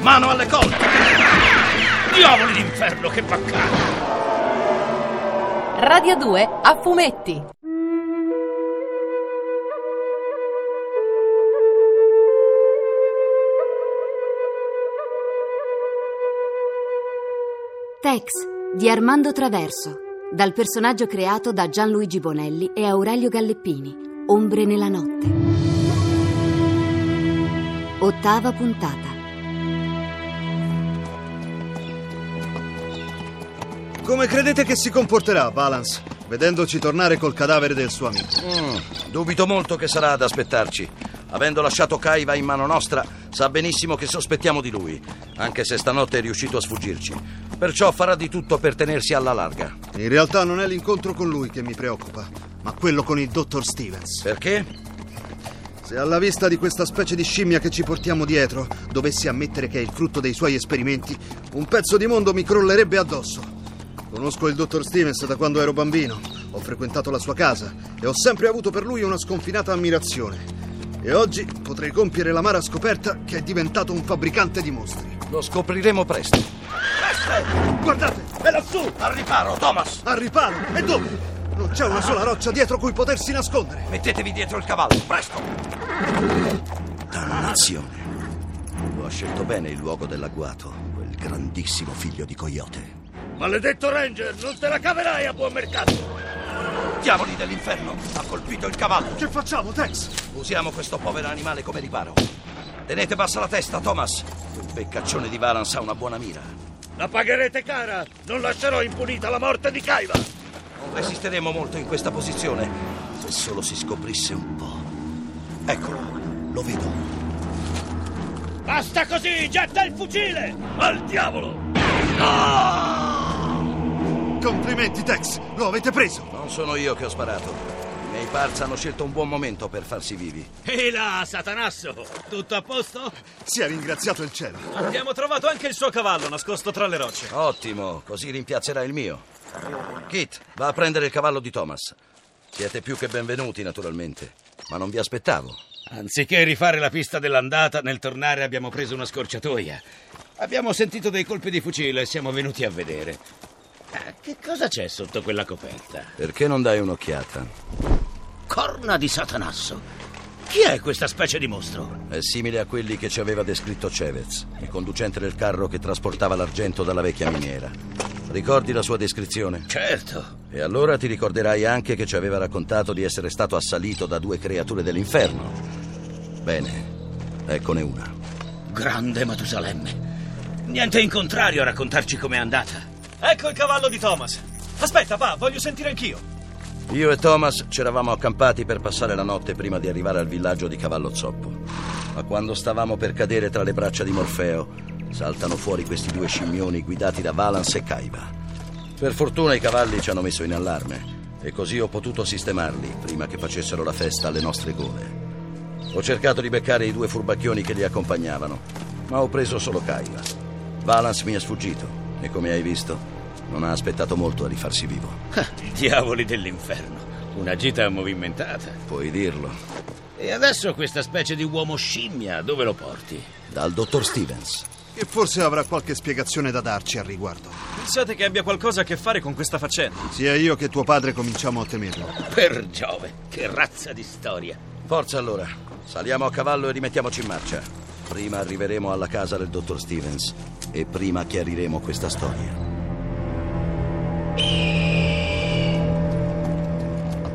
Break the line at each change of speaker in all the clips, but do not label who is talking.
Mano alle colte! Diavoli d'inferno, che paccata!
Radio 2 a fumetti.
Tex di Armando Traverso, dal personaggio creato da Gianluigi Bonelli e Aurelio Galleppini, Ombre nella notte. Ottava puntata.
Come credete che si comporterà Balance, vedendoci tornare col cadavere del suo amico?
Mm, Dubito molto che sarà ad aspettarci. Avendo lasciato Kaiva in mano nostra, sa benissimo che sospettiamo di lui, anche se stanotte è riuscito a sfuggirci. Perciò farà di tutto per tenersi alla larga.
In realtà non è l'incontro con lui che mi preoccupa, ma quello con il dottor Stevens.
Perché?
Se alla vista di questa specie di scimmia che ci portiamo dietro dovessi ammettere che è il frutto dei suoi esperimenti, un pezzo di mondo mi crollerebbe addosso. Conosco il dottor Stevens da quando ero bambino, ho frequentato la sua casa e ho sempre avuto per lui una sconfinata ammirazione. E oggi potrei compiere l'amara scoperta che è diventato un fabbricante di mostri.
Lo scopriremo presto.
Guardate,
È lassù! Al riparo, Thomas!
Al riparo? E dove? Non c'è una sola roccia dietro cui potersi nascondere.
Mettetevi dietro il cavallo, presto! Dannazione! Lo ha scelto bene il luogo dell'agguato, quel grandissimo figlio di coyote. Maledetto Ranger, non te la caverai a buon mercato! Diavoli dell'inferno, ha colpito il cavallo!
Che facciamo, Tex?
Usiamo questo povero animale come riparo. Tenete bassa la testa, Thomas. Quel beccaccione di Valance ha una buona mira. La pagherete cara! Non lascerò impunita la morte di Kaiva! Non resisteremo molto in questa posizione. Se solo si scoprisse un po'. Eccolo, lo vedo. Basta così! Getta il fucile! Al diavolo!
Complimenti, Tex, lo avete preso.
Non sono io che ho sparato. I miei parts hanno scelto un buon momento per farsi vivi.
Ehi là, Satanasso! Tutto a posto?
Si è ringraziato il cielo.
Abbiamo trovato anche il suo cavallo nascosto tra le rocce.
Ottimo, così rimpiazzerà il mio. Kit, va a prendere il cavallo di Thomas. Siete più che benvenuti, naturalmente, ma non vi aspettavo.
Anziché rifare la pista dell'andata, nel tornare abbiamo preso una scorciatoia. Abbiamo sentito dei colpi di fucile e siamo venuti a vedere. Ah, che cosa c'è sotto quella coperta?
Perché non dai un'occhiata?
Corna di Satanasso! Chi è questa specie di mostro?
È Eh, simile a quelli che ci aveva descritto Chavez, il conducente del carro che trasportava l'argento dalla vecchia miniera. Ricordi la sua descrizione?
Certo,
E allora ti ricorderai anche che ci aveva raccontato di essere stato assalito da due creature dell'inferno. Bene, eccone una.
grande Matusalemme. Niente in contrario a raccontarci com'è andata. Ecco il cavallo di Thomas. Aspetta, va, voglio sentire anch'io.
Io e Thomas c'eravamo accampati per passare la notte prima di arrivare al villaggio di Cavallo Zoppo. Ma quando stavamo per cadere tra le braccia di Morfeo, saltano fuori questi due scimmioni guidati da Valance e Kaiba. Per fortuna i cavalli ci hanno messo in allarme e così ho potuto sistemarli prima che facessero la festa alle nostre gole. Ho cercato di beccare i due furbacchioni che li accompagnavano, ma ho preso solo Kaiba. Valance mi è sfuggito e come hai visto, non ha aspettato molto a rifarsi vivo.
Diavoli dell'inferno. Una gita movimentata.
Puoi dirlo.
E adesso questa specie di uomo scimmia, dove lo porti?
Dal dottor Stevens.
Che forse avrà qualche spiegazione da darci al riguardo.
Pensate che abbia qualcosa a che fare con questa faccenda?
Sia io che tuo padre cominciamo a temerlo.
Per Giove, che razza di storia.
Forza allora, saliamo a cavallo e rimettiamoci in marcia. Prima arriveremo alla casa del dottor Stevens e prima chiariremo questa storia.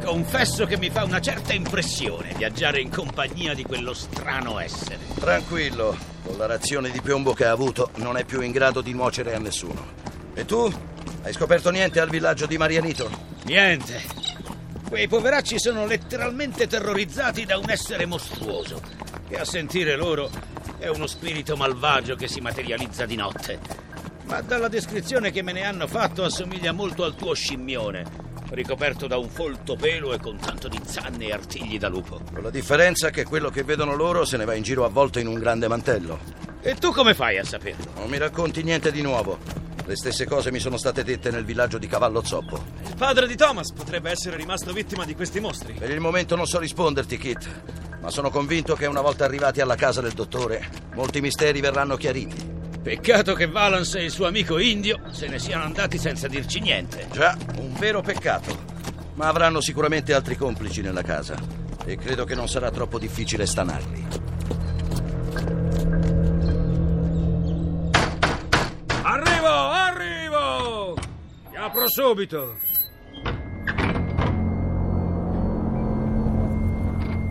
Confesso che mi fa una certa impressione viaggiare in compagnia di quello strano essere.
Tranquillo, con la razione di piombo che ha avuto non è più in grado di nuocere a nessuno. E tu? Hai scoperto niente al villaggio di Marianito?
Niente. Quei poveracci sono letteralmente terrorizzati da un essere mostruoso. E a sentire loro è uno spirito malvagio che si materializza di notte. Ma dalla descrizione che me ne hanno fatto assomiglia molto al tuo scimmione, ricoperto da un folto pelo e con tanto di zanne e artigli da lupo.
Con la differenza che quello che vedono loro se ne va in giro avvolto in un grande mantello.
E tu come fai a saperlo?
Non mi racconti niente di nuovo. Le stesse cose mi sono state dette nel villaggio di Cavallo Zoppo.
Il padre di Thomas potrebbe essere rimasto vittima di questi mostri.
Per il momento non so risponderti, Kit, ma sono convinto che una volta arrivati alla casa del dottore, molti misteri verranno chiariti.
Peccato che Valance e il suo amico Indio se ne siano andati senza dirci niente.
Già, un vero peccato. Ma avranno sicuramente altri complici nella casa e credo che non sarà troppo difficile stanarli.
Arrivo, arrivo! Ti apro subito.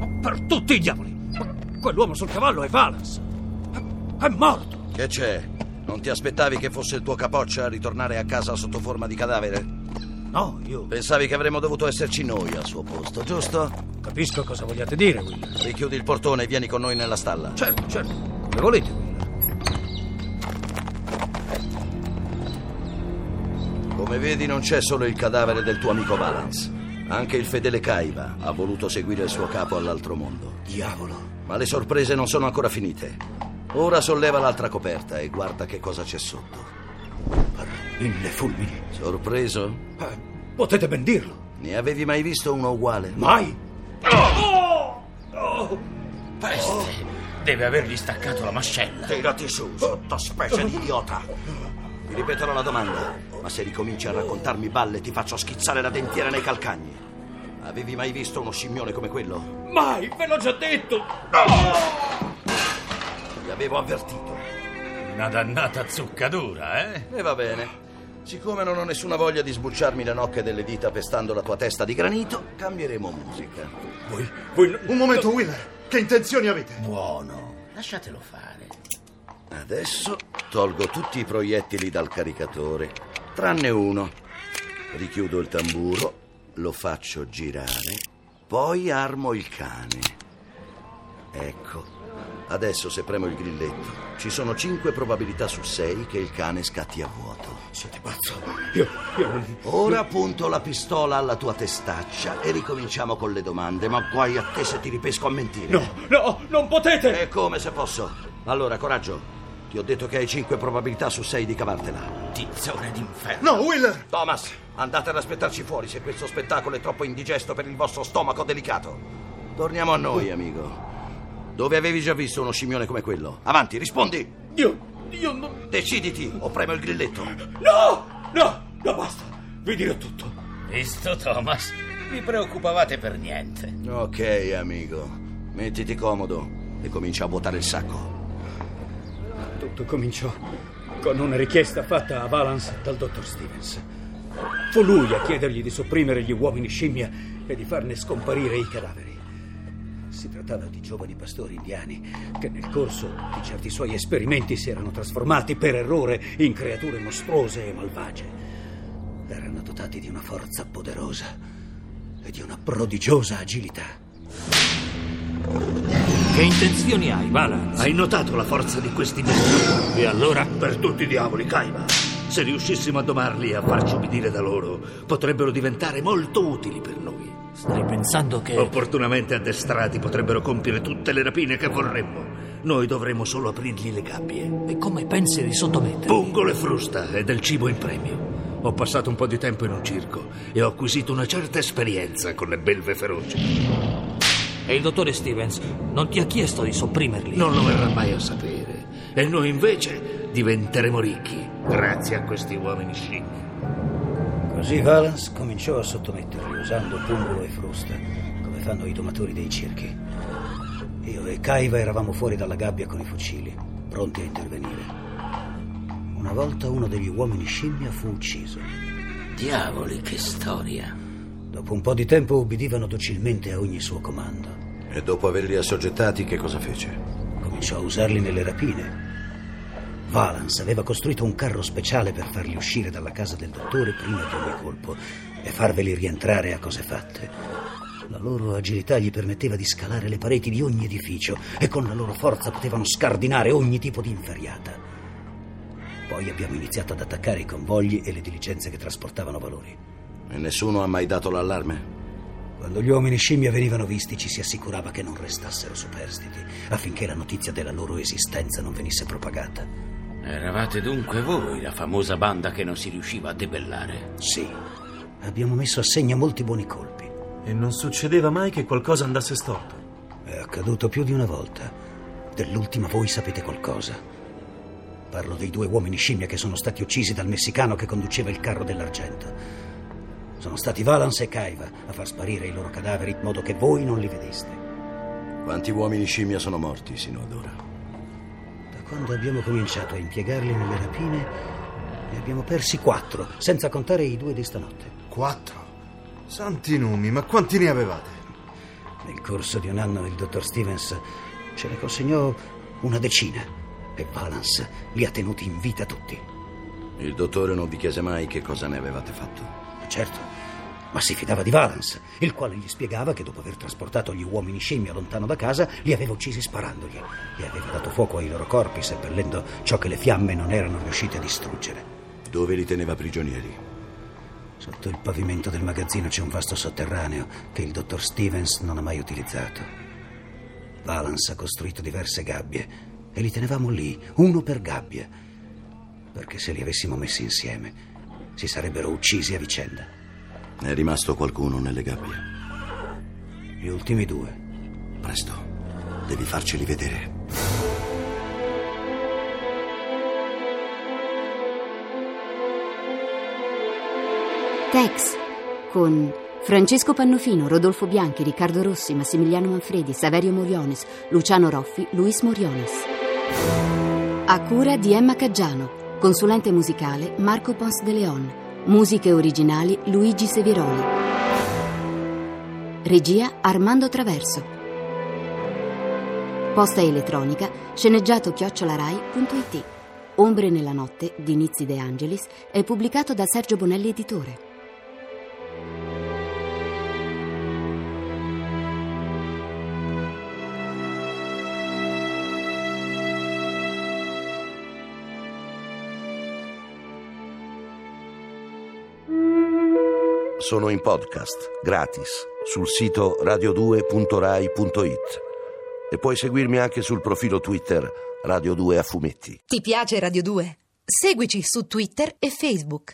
Ma Per tutti i diavoli! Ma Quell'uomo sul cavallo è Valance. È- È morto!
Che c'è? Non ti aspettavi che fosse il tuo capoccia a ritornare a casa sotto forma di cadavere?
No, io
Pensavi che avremmo dovuto esserci noi al suo posto, giusto?
capisco cosa vogliate dire, Will.
Richiudi il portone e vieni con noi nella stalla.
Certo, certo. Come volete, Will.
Come vedi non c'è solo il cadavere del tuo amico Valance. Anche il fedele Kaiba ha voluto seguire il suo capo all'altro mondo.
Diavolo.
Ma le sorprese non sono ancora finite. Ora solleva l'altra coperta e guarda che cosa c'è sotto.
Mille fulmini.
Sorpreso?
Eh, potete ben dirlo.
Ne avevi mai visto uno uguale?
Mai?
Deve avergli staccato la mascella.
Tirati su, sottospecie di idiota! Ti ripeterò la domanda, ma se ricominci a raccontarmi balle ti faccio schizzare la dentiera nei calcagni. Avevi mai visto uno scimmione come quello?
Mai, ve l'ho già detto.
Ti avevo avvertito.
Una dannata zuccadura, eh?
E va bene. Siccome non ho nessuna voglia di sbucciarmi le nocche delle dita pestando la tua testa di granito, cambieremo musica.
Voi, voi... no-
Un momento, Wheeler. Che intenzioni avete?
Buono.
Lasciatelo fare.
Adesso tolgo tutti i proiettili dal caricatore, tranne uno. Richiudo il tamburo, lo faccio girare, poi armo il cane. Ecco. Adesso se premo il grilletto, ci sono 5 probabilità su 6 che il cane scatti a vuoto.
Siete pazzo. Io, io non...
Ora punto la pistola alla tua testaccia e ricominciamo con le domande, ma guai a te se ti ripesco a mentire.
No, no, non potete.
E come se posso? Allora, coraggio. Ti ho detto che hai 5 probabilità su 6 di cavartela.
Tizzone d'inferno.
No, Wheeler!
Thomas, andate ad aspettarci fuori se questo spettacolo è troppo indigesto per il vostro stomaco delicato. Torniamo a noi, amico. Dove avevi già visto uno scimmione come quello? Avanti, rispondi.
Io, io non...
Deciditi o premo il grilletto.
No, no, no, basta. Vi dirò tutto.
Visto, Thomas? Vi preoccupavate per niente.
Ok, amico. Mettiti comodo e comincia a vuotare il sacco.
Tutto cominciò con una richiesta fatta a Valance dal dottor Stevens. Fu lui a chiedergli di sopprimere gli uomini scimmia e di farne scomparire i cadaveri. Si trattava di giovani pastori indiani che nel corso di certi suoi esperimenti si erano trasformati per errore in creature mostruose e malvagie. Erano dotati di una forza poderosa e di una prodigiosa agilità.
Che intenzioni hai, Valance?
Hai notato la forza di questi mezzi?
E allora? Per tutti i diavoli, Kaiba. Se riuscissimo a domarli e a farci obbedire da loro, potrebbero diventare molto utili per noi.
Stai pensando che...
Opportunamente addestrati potrebbero compiere tutte le rapine che vorremmo. Noi dovremmo solo aprirgli le gabbie.
E come pensi di sottometterli?
Pungolo e frusta e del cibo in premio. Ho passato un po' di tempo in un circo e ho acquisito una certa esperienza con le belve feroci.
E il dottore Stevens non ti ha chiesto di sopprimerli?
Non lo verrà mai a sapere. E noi invece diventeremo ricchi grazie a questi uomini scimmie.
Così Valance cominciò a sottometterli usando pungolo e frusta, come fanno i domatori dei circhi. Io e Kaiva eravamo fuori dalla gabbia con i fucili, pronti a intervenire. Una volta uno degli uomini scimmia fu ucciso.
Diavoli, che storia.
Dopo un po' di tempo ubbidivano docilmente a ogni suo comando.
E dopo averli assoggettati, che cosa fece?
Cominciò a usarli nelle rapine. Valance aveva costruito un carro speciale per farli uscire dalla casa del dottore prima di ogni colpo e farveli rientrare a cose fatte.
La loro agilità gli permetteva di scalare le pareti di ogni edificio e con la loro forza potevano scardinare ogni tipo di inferriata. Poi abbiamo iniziato ad attaccare i convogli e le diligenze che trasportavano valori.
E nessuno ha mai dato l'allarme?
Quando gli uomini scimmia venivano visti ci si assicurava che non restassero superstiti affinché la notizia della loro esistenza non venisse propagata.
Eravate dunque voi la famosa banda che non si riusciva a debellare?
Sì. Abbiamo messo a segno molti buoni colpi.
E non succedeva mai che qualcosa andasse storto.
È accaduto più di una volta. Dell'ultima voi sapete qualcosa. Parlo dei due uomini scimmia che sono stati uccisi dal messicano che conduceva il carro dell'argento. Sono stati Valance e Kaiva a far sparire i loro cadaveri in modo che voi non li vedeste.
Quanti uomini scimmia sono morti sino ad ora?
Da quando abbiamo cominciato a impiegarli nelle rapine, ne abbiamo persi quattro, senza contare i due di stanotte.
Quattro? Santi numi, ma quanti ne avevate?
Nel corso di un anno il dottor Stevens ce ne consegnò una decina e Valance li ha tenuti in vita tutti.
Il dottore non vi chiese mai che cosa ne avevate fatto?
Certo, ma si fidava di Valance, il quale gli spiegava che dopo aver trasportato gli uomini scimmia lontano da casa, li aveva uccisi sparandogli e aveva dato fuoco ai loro corpi, seppellendo ciò che le fiamme non erano riuscite a distruggere.
Dove li teneva prigionieri?
Sotto il pavimento del magazzino c'è un vasto sotterraneo che il dottor Stevens non ha mai utilizzato. Valance ha costruito diverse gabbie e li tenevamo lì, uno per gabbia, perché se li avessimo messi insieme si sarebbero uccisi a vicenda.
È rimasto qualcuno nelle gabbie?
Gli ultimi due.
Presto, devi farceli vedere.
Tex con Francesco Pannofino, Rodolfo Bianchi, Riccardo Rossi, Massimiliano Manfredi, Saverio Moriones, Luciano Roffi, Luis Moriones. A cura di Emma Caggiano. Consulente musicale Marco Pons de Leon. Musiche originali Luigi Severoni. Regia Armando Traverso. Posta elettronica sceneggiato chiocciolarai.it. Ombre nella notte di Nizzi De Angelis è pubblicato da Sergio Bonelli Editore.
sono in podcast, gratis, sul sito radio2.rai.it e puoi seguirmi anche sul profilo Twitter Radio2 a fumetti.
Ti piace Radio 2? Seguici su Twitter e Facebook.